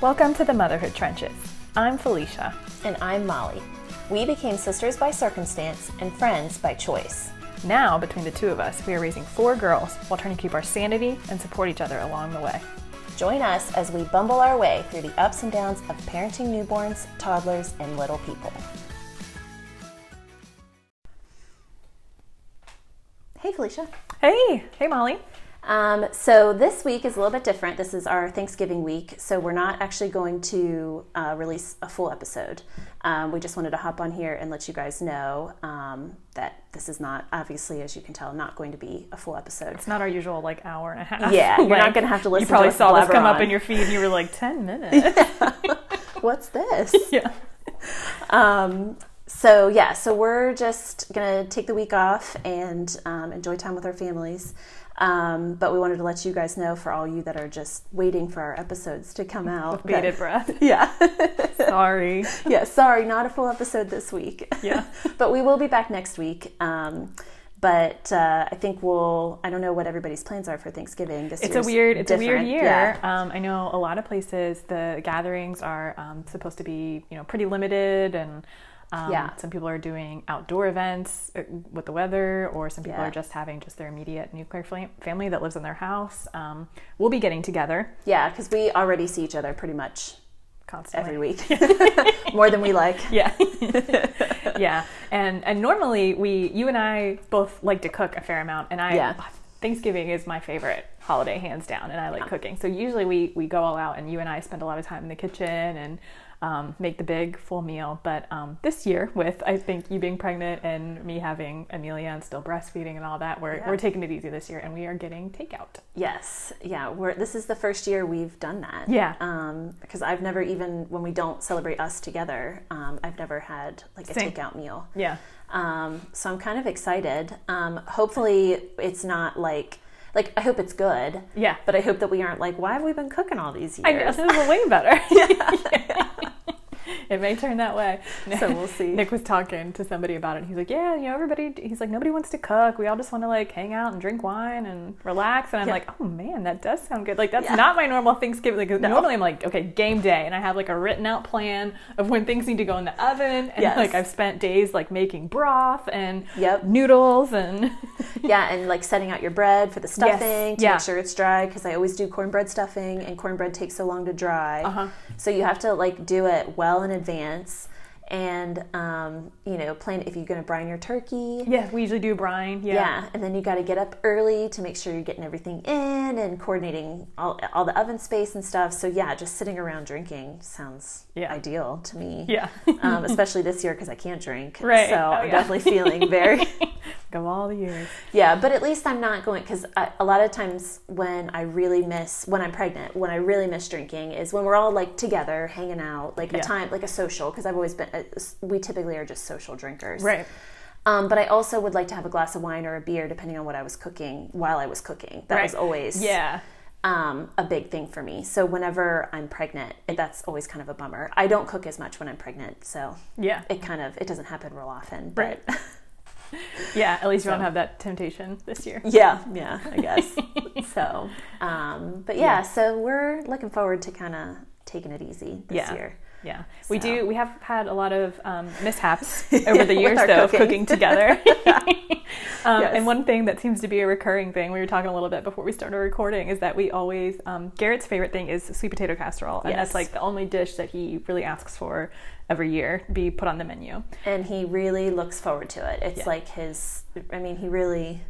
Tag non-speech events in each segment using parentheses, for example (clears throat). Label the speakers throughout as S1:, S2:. S1: Welcome to the Motherhood Trenches. I'm Felicia.
S2: And I'm Molly. We became sisters by circumstance and friends by choice.
S1: Now, between the two of us, we are raising four girls while trying to keep our sanity and support each other along the way.
S2: Join us as we bumble our way through the ups and downs of parenting newborns, toddlers, and little people. Hey, Felicia.
S1: Hey, hey, Molly.
S2: Um, so this week is a little bit different. This is our Thanksgiving week, so we're not actually going to uh, release a full episode. Um, we just wanted to hop on here and let you guys know um, that this is not, obviously, as you can tell, not going to be a
S1: (laughs)
S2: full episode.
S1: It's not our usual like hour and a half. (laughs)
S2: Yeah, you're
S1: Like,
S2: not gonna have to listen
S1: You
S2: to
S1: probably
S2: us
S1: saw this
S2: blabber
S1: come up
S2: on.
S1: in your feed, and you were like, ten (laughs) minutes.
S2: What's this?
S1: yeah.
S2: (laughs) um, so yeah, so we're just gonna take the week off and um, enjoy time with our families. Um, but we wanted to let you guys know for all you that are just waiting for our episodes to come out. that- (laughs)
S1: Bated breath.
S2: yeah,
S1: Sorry.
S2: (laughs) yeah. Sorry, not a full episode this week.
S1: Yeah.
S2: (laughs) but we will be back next week. Um, but uh, I think we'll. I don't know what everybody's plans are for Thanksgiving. This
S1: It's a
S2: year's
S1: weird. It's a weird
S2: different.
S1: year.
S2: Yeah.
S1: Um, I know a lot of places the gatherings are um, supposed to be you know pretty limited and. Um,
S2: Yeah.
S1: Some people are doing outdoor events uh, with the weather, or some people
S2: Yeah.
S1: are just having just their immediate nuclear fam- family that lives in their house. Um, we'll be getting together
S2: Yeah, because we already see each other pretty much
S1: constantly.
S2: every week,
S1: (laughs)
S2: (laughs) more than we like.
S1: Yeah. yeah. And and normally we you and I both like to cook a fair amount and I
S2: Yeah.
S1: Thanksgiving is my favorite holiday hands down and I like cooking. So usually we we go all out and you and I spend a lot of time in the kitchen and um, make the big full meal, but um, this year with I think you being pregnant and me having Amelia and still breastfeeding and all that, we're
S2: Yeah.
S1: we're taking it easy this year and we are getting takeout.
S2: Yes, yeah. We're this is the first year we've done that.
S1: Yeah.
S2: Um, because I've never even when we don't celebrate us together, um, I've never had like a
S1: Same.
S2: takeout meal.
S1: Yeah,
S2: Um, so I'm kind of excited. Um, hopefully it's not like like I hope it's good,
S1: yeah.
S2: but I hope that we aren't like why have we been cooking all these
S1: I know (laughs)
S2: years?
S1: this is
S2: (laughs)
S1: way better. (laughs) it may turn that way.
S2: So we'll see.
S1: Nick was talking to somebody about it. And he's like, "Yeah, you know, everybody." He's like, "Nobody wants to cook. We all just want to like hang out and drink wine and relax." And I'm
S2: Yeah.
S1: like, "Oh man, that does sound good. Like that's
S2: Yeah.
S1: not my normal Thanksgiving. Like normally I'm like, okay, game day, and I have like a written out plan of when things need to go in the oven, and
S2: Yes.
S1: like I've spent days like making broth and
S2: Yep.
S1: noodles and
S2: yeah, and like setting out your bread for the stuffing to
S1: yeah.
S2: make sure it's dry because I always do cornbread stuffing and cornbread takes so long to dry.
S1: Uh-huh.
S2: So you have to like do it well in advance and um, you know plan if you're going to brine your turkey.
S1: (laughs) yeah, we usually do brine.
S2: Yeah. and then you got to get up early to make sure you're getting everything in and coordinating all, all the oven space and stuff. So yeah, just sitting around drinking sounds
S1: Yeah.
S2: ideal to me.
S1: yeah.
S2: um, especially this year because I can't drink.
S1: (laughs) Right.
S2: So
S1: Oh,
S2: I'm
S1: yeah.
S2: definitely feeling
S1: (laughs)
S2: very
S1: Go all the years.
S2: yeah, but at least I'm not going because a lot of times when I really miss when I'm pregnant, when I really miss drinking is when we're all like together, hanging out, like
S1: Yeah.
S2: a time, like a social. Because I've always been, uh, we typically are just social drinkers,
S1: Right.
S2: Um, but I also would like to have a glass of wine or a beer, depending on what I was cooking while I was cooking. That
S1: Right.
S2: was always
S1: Yeah.
S2: um, a big thing for me. So whenever I'm pregnant, it, that's always kind of a bummer. I don't cook as much when I'm pregnant, so
S1: Yeah.
S2: it kind of it doesn't happen real often. But
S1: Right. Yeah, at least you won't
S2: So.
S1: have that temptation this year.
S2: (laughs) Yeah, yeah, I
S1: (laughs)
S2: guess. so, um, but yeah, so we're looking forward to kind of taking it easy this
S1: Yeah.
S2: year.
S1: Yeah, we
S2: So.
S1: do. We have had a lot of um,
S2: (laughs)
S1: mishaps over the
S2: with
S1: years,
S2: our
S1: though, of
S2: cooking.
S1: cooking
S2: (laughs)
S1: together. um,
S2: Yes.
S1: And one thing that seems to be a recurring thing, we were talking a little bit before we started recording, is that we always, um, Garrett's favorite thing is sweet potato casserole. And that's
S2: Yes.
S1: like the only dish that he really asks for every year be put on the menu.
S2: And he really looks forward to it. It's
S1: Yeah.
S2: like his, I mean, he really.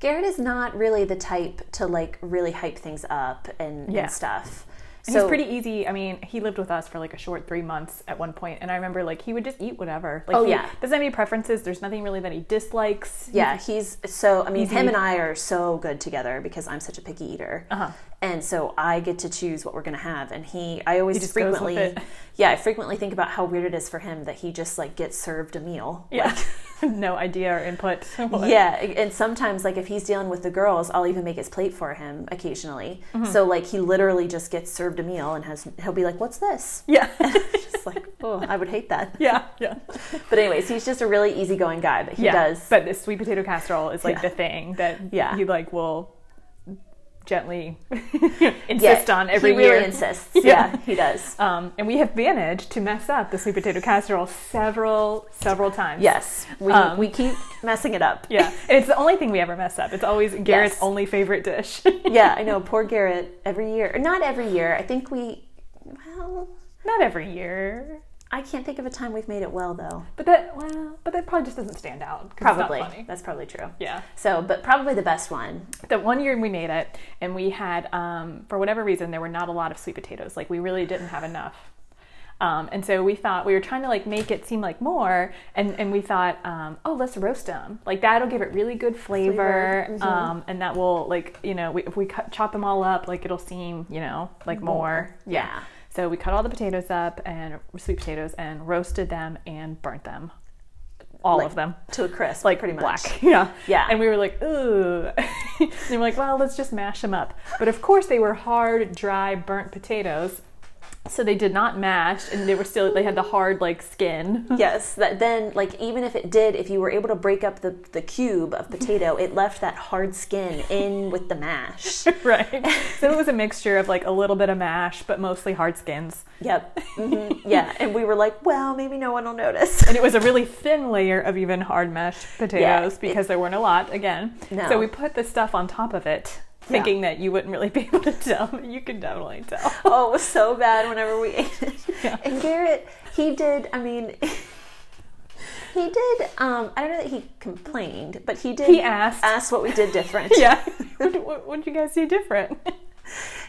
S2: Garrett is not really the type to like really hype things up and,
S1: Yeah.
S2: and stuff.
S1: And he's pretty easy. I mean, he lived with us for like a short three months at one point, and I remember like he would just eat whatever. Like,
S2: Oh,
S1: he
S2: yeah.
S1: doesn't have any preferences. There's nothing really that he dislikes.
S2: Yeah, he's so. I mean,
S1: Easy.
S2: him and I are so good together because I'm such a picky eater,
S1: Uh-huh.
S2: and so I get to choose what we're gonna have. And he, I always
S1: just goes with
S2: frequently,
S1: it.
S2: (laughs) yeah, I frequently think about how weird it is for him that he just like gets served a meal.
S1: Yeah, (laughs) no idea or input.
S2: (laughs) Yeah, and sometimes like if he's dealing with the girls, I'll even make his plate for him occasionally.
S1: Mm-hmm.
S2: So like he literally just gets served a meal and has he'll be like,
S1: (laughs)
S2: "What's this?"
S1: yeah,
S2: Just like, oh, I would hate that.
S1: yeah, yeah.
S2: But anyways, he's just a really easygoing guy. But he
S1: yeah,
S2: does
S1: But the sweet potato casserole is like
S2: Yeah.
S1: the thing that
S2: Yeah.
S1: he like will gently (laughs) insist
S2: Yeah,
S1: on every
S2: he really
S1: year.
S2: insists.
S1: (laughs) Yeah.
S2: Yeah. he does.
S1: Um, and we have managed to mess up the sweet potato casserole several, several times.
S2: Yes, we
S1: Um,
S2: we keep messing
S1: (laughs)
S2: it up.
S1: Yeah. And it's the only thing we ever mess up. It's always Garrett's
S2: Yes.
S1: only favorite dish. (laughs)
S2: yeah, I know. Poor Garrett. Every year, not every year. I think we. Well,
S1: Not every year.
S2: I can't think of a time we've made it well though.
S1: But that, well, but that probably just doesn't stand out. 'cause it's not
S2: Probably
S1: funny.
S2: that's probably true.
S1: Yeah.
S2: So, but probably the best one.
S1: the one year we made it and we had um, for whatever reason there were not a lot of sweet potatoes like we really didn't have enough um, and so we thought we were trying to like make it seem like more and, and we thought um, oh let's roast them like that'll give it really good flavor,
S2: Flavor, mhm.
S1: um, and that will like you know we, if we cut, chop them all up like it'll seem you know like more,
S2: More, yeah.
S1: so we cut all the potatoes up and sweet potatoes and roasted them and burnt them all
S2: Like,
S1: of them
S2: to a crisp,
S1: like
S2: pretty much.
S1: black. (laughs) Yeah.
S2: Yeah.
S1: And we were like, ooh. (laughs) and we're like, well, let's just mash them up. But of course, they were hard, dry, burnt potatoes. So they did not mash, and they were still they had the hard like
S2: (laughs)
S1: skin. (laughs)
S2: Yes, that then like even if it did, if you were able to break up the, the cube of potato, it left that hard skin in with the
S1: (laughs)
S2: mash.
S1: right. So it was a mixture of like a little bit of mash, but mostly hard skins.
S2: Yep. hmm Yeah, and we were like, well, maybe no one will notice. (laughs)
S1: And it was a really thin layer of even hard mashed potatoes
S2: it-
S1: because there weren't a lot again.
S2: No.
S1: So we put the stuff on top of it, thinking that you wouldn't really (laughs) be able to tell, but you could definitely tell.
S2: Oh, it was so bad whenever we ate it. And Garrett, he did. I mean, (laughs) he did. Um, I don't know that he complained, but he did.
S1: He asked.
S2: ask what we did different.
S1: Yeah. (laughs) what, what, what did you guys do different?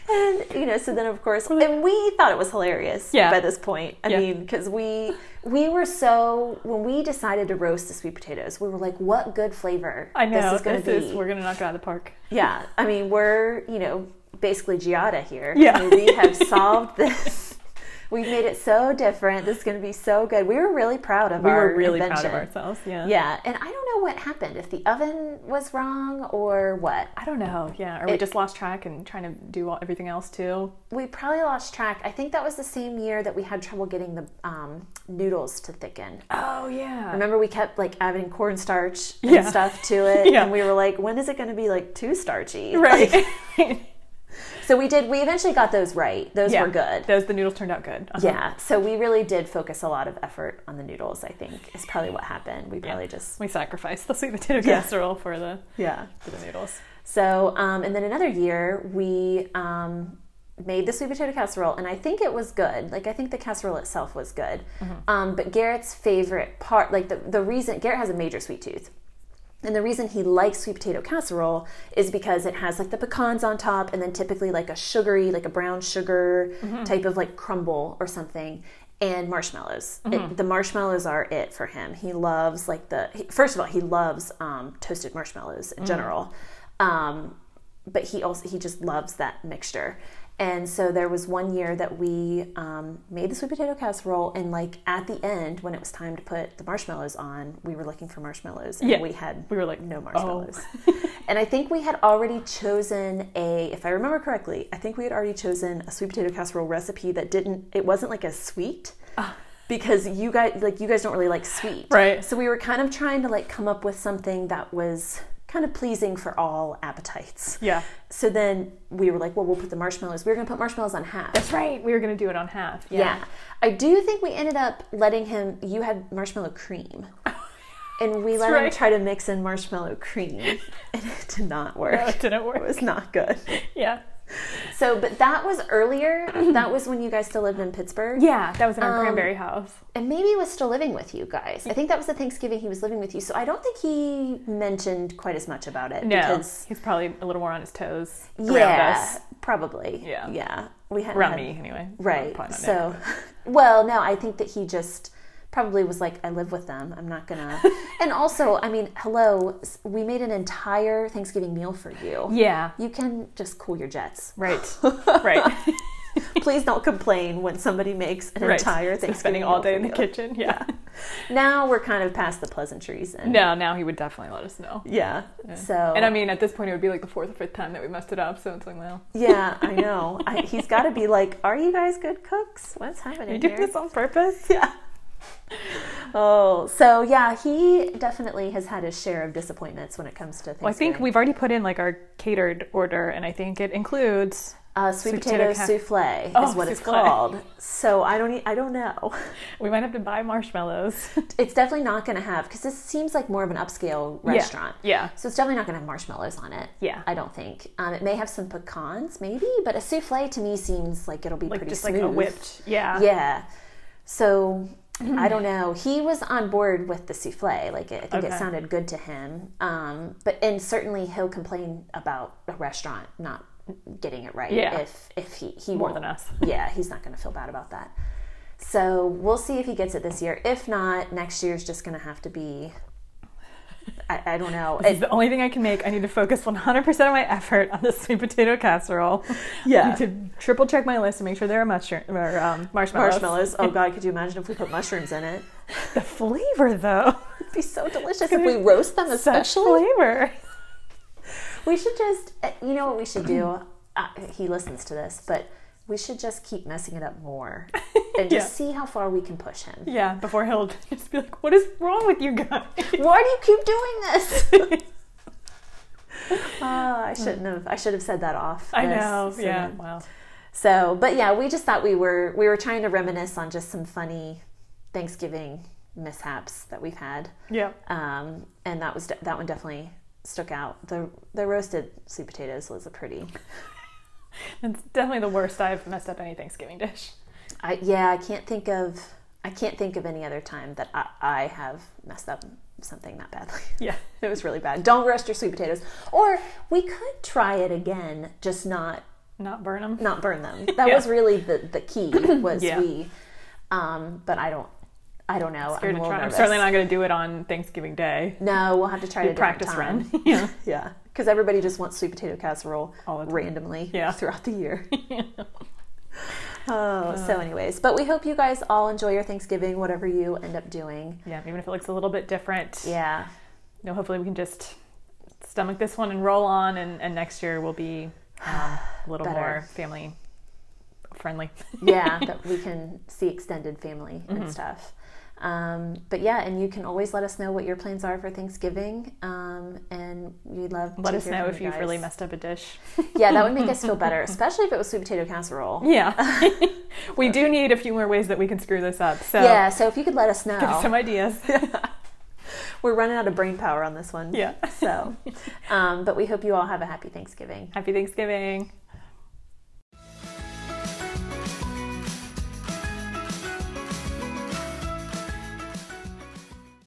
S2: And you know, so then of course, and we thought it was hilarious.
S1: Yeah.
S2: By this point, I
S1: Yeah.
S2: mean, because we we were so when we decided to roast the sweet potatoes, we were like, "What good flavor
S1: I know.
S2: this is going to be?"
S1: we're gonna knock it out of the park.
S2: yeah, I mean, we're you know basically Giada here.
S1: Yeah.
S2: I mean, we have solved this. (laughs) We've made it so different. This is going to be so good. We were really proud of
S1: We
S2: our
S1: were really
S2: invention.
S1: proud of ourselves. Yeah.
S2: Yeah, and I don't know what happened if the oven was wrong or what.
S1: I don't know. Yeah. Or we
S2: It-
S1: just lost track and trying to do all, everything else too.
S2: we probably lost track. I think that was the same year that we had trouble getting the um, noodles to thicken.
S1: Oh yeah.
S2: Remember, we kept like adding cornstarch and
S1: Yeah.
S2: stuff
S1: (laughs)
S2: to it,
S1: Yeah.
S2: and we were like, "When is it going to be like too
S1: (laughs)
S2: starchy?"
S1: Right.
S2: Like, so we did. We eventually got those right. Those
S1: yeah.
S2: were good.
S1: (laughs) Those the noodles turned out good. Uh-huh.
S2: yeah. So we really did focus a lot of effort on the noodles. I think is probably what happened. We probably just
S1: We sacrificed the sweet potato
S2: Yeah.
S1: casserole for the
S2: yeah.
S1: for the noodles.
S2: So, um, and then another year we um, made the sweet potato casserole, and I think it was good. Like, I think the casserole itself was good. Um, but Garrett's favorite part, like, the, the reason Garrett has a major sweet tooth. And the reason he likes sweet potato casserole is because it has like the pecans on top, and then typically like a sugary, like a brown sugar type of like crumble or something, and marshmallows. It- the marshmallows are it for him. He loves like the he- first of all, he loves um, toasted marshmallows in general, um, but he also he just loves that mixture. And so there was one year that we um, made the sweet potato casserole, and like at the end, when it was time to put the marshmallows on, we were looking for marshmallows, and
S1: Yeah.
S2: we had
S1: We were like,
S2: no
S1: "Oh."
S2: marshmallows. and I think we had already chosen a, if I remember correctly, I think we had already chosen a sweet potato casserole recipe that didn't, it wasn't like as sweet. Because you guys like you guys don't really like sweet,
S1: Ah. Right.
S2: So we were kind of trying to like come up with something that was kind of pleasing for all appetites.
S1: Yeah.
S2: So then we were like, well, we'll put the marshmallows. We were gonna put marshmallows on half.
S1: That's right. We were gonna do it on half.
S2: Yeah. I do think we ended up letting him, you had marshmallow (laughs) cream. And we let him
S1: right.
S2: try to mix in marshmallow (laughs) cream. And it did not work.
S1: No, it didn't
S2: It
S1: work.
S2: was not good.
S1: Yeah.
S2: So, but that was (clears throat) earlier. That was when you guys still lived in Pittsburgh.
S1: Yeah. That was in our
S2: Um,
S1: cranberry house.
S2: And maybe he was still living with you guys. I think that was the Thanksgiving he was living with you. So I don't think he mentioned quite as much about it.
S1: No.
S2: Because,
S1: He's probably a little more on his toes. Around
S2: yeah.
S1: us.
S2: Probably.
S1: Yeah.
S2: Yeah. We hadn't
S1: Around
S2: had-
S1: me anyway.
S2: Right.
S1: Probably not him.
S2: So, (laughs) well, no, I think that he just probably was like, I live with them. I'm not gonna.
S1: (laughs)
S2: and also, I mean, hello, s- we made an entire Thanksgiving meal for you.
S1: Yeah.
S2: You can just cool your
S1: (laughs)
S2: jets. (laughs)
S1: Right. Right.
S2: Please don't complain when somebody makes an
S1: right.
S2: entire
S1: So
S2: Thanksgiving
S1: spending all
S2: meal
S1: day
S2: for
S1: in the
S2: you.
S1: kitchen. Yeah.
S2: Now we're kind of past the pleasantries and
S1: (laughs) No, now he would definitely let us know.
S2: yeah. So
S1: And I mean, at this point, it would be like the fourth or fifth time that we messed it up. So it's like, well,
S2: yeah, I know. I, he's got to be like, are you guys good cooks? What's
S1: are you
S2: happening
S1: doing
S2: here?
S1: this on purpose?
S2: Yeah. oh, so yeah, he definitely has had his share of disappointments when it comes to Thanksgiving.
S1: Well, I think we've already put in like our catered order, and I think it includes.
S2: uh, sweet,
S1: sweet
S2: potato,
S1: potato ca-
S2: souffle is
S1: Oh,
S2: what it's
S1: souffle.
S2: called.
S1: (laughs)
S2: So I don't e- I don't know.
S1: We might have to buy marshmallows. (laughs)
S2: (laughs) It's definitely not going to have because this seems like more of an upscale
S1: Yeah,
S2: restaurant.
S1: Yeah.
S2: So it's definitely not going to have marshmallows on it.
S1: Yeah.
S2: I don't think. Um, it may have some pecans, maybe, but a souffle to me seems like it'll be
S1: Like
S2: pretty
S1: just
S2: smooth.
S1: like a whipped. Mm-hmm. Yeah.
S2: Yeah. So I don't know. He was on board with the souffle. Like it, I think it
S1: Okay.
S2: sounded good to him. Um, but and certainly he'll complain about a restaurant not getting it right.
S1: Yeah.
S2: If if he he
S1: More
S2: won't-
S1: than us.
S2: yeah, he's not going to feel bad about that. So we'll see if he gets it this year. If not, next year's just going to have to be. I, I don't know.
S1: It's the only thing I can make. I need to focus 100% of my effort on the sweet potato casserole.
S2: Yeah.
S1: I (laughs) need to triple check my list and make sure there are mushroom, or, um, marshmallows.
S2: marshmallows. Oh God, could you imagine if we put mushrooms in it?
S1: The flavor, though. (laughs)
S2: It'd be so delicious if we roast (laughs) them, especially.
S1: Such flavor.
S2: We should just, uh, you know what we should do? Uh, he listens to this, but we should just keep messing it up more and
S1: (laughs)
S2: just see how far we can push him.
S1: Yeah, before he'll (laughs) just be like, what is wrong with you guys? (laughs)
S2: Why do you keep doing this? oh, I shouldn't have. I should have said that off.
S1: I
S2: this,
S1: know.
S2: so
S1: Yeah.
S2: that-
S1: Wow.
S2: So, but yeah, we just thought we were we were trying to reminisce on just some funny Thanksgiving mishaps that we've had,
S1: Yeah.
S2: um, and that was that one definitely stuck out. The the roasted sweet potatoes was a pretty.
S1: It's definitely the worst I've messed up any Thanksgiving dish.
S2: I yeah, I can't think of I can't think of any other time that I, I have messed up something that badly. (laughs)
S1: Yeah.
S2: It was really bad. Don't roast your sweet potatoes. Or we could try it again, just not
S1: (laughs) Not burn them.
S2: not burn
S1: (laughs)
S2: them. That
S1: Yeah.
S2: was really the the key was
S1: Yeah.
S2: we. Um, but I don't I don't know.
S1: Scared
S2: a
S1: to
S2: little
S1: try. I'm
S2: nervous.
S1: certainly not going to do it on Thanksgiving Day.
S2: No, we'll have to try to
S1: Practice
S2: time.
S1: run. (laughs) yeah.
S2: (laughs) Yeah, because everybody just wants sweet potato casserole
S1: All the time.
S2: randomly
S1: Yeah.
S2: (laughs) throughout
S1: (laughs)
S2: the year. Oh,
S1: Uh.
S2: so anyways, but we hope you guys all enjoy your Thanksgiving, whatever you end up doing.
S1: Yeah. Even if it looks a little bit different.
S2: Yeah,
S1: you know, hopefully we can just stomach this one and roll on, and, and next year will be um, a little
S2: (sighs) Better.
S1: more family friendly.
S2: yeah, (laughs) that we can see extended family
S1: Mm-hmm.
S2: and stuff. Um, but yeah, and you can always let us know what your plans are for Thanksgiving, um, and we'd love
S1: Let
S2: to
S1: us
S2: hear
S1: know
S2: from
S1: if
S2: you
S1: you've really
S2: guys.
S1: messed up a dish.
S2: Yeah, that would make us feel
S1: (laughs)
S2: better, especially if it was sweet potato casserole.
S1: Yeah, (laughs) we do need a few more ways that we can screw this up. So
S2: Yeah, so if you could let
S1: (laughs)
S2: us
S1: give
S2: know,
S1: us some ideas. (laughs)
S2: we're running out of brain power on this one.
S1: yeah.
S2: So, um, but we hope you all have a happy Thanksgiving.
S1: Happy Thanksgiving.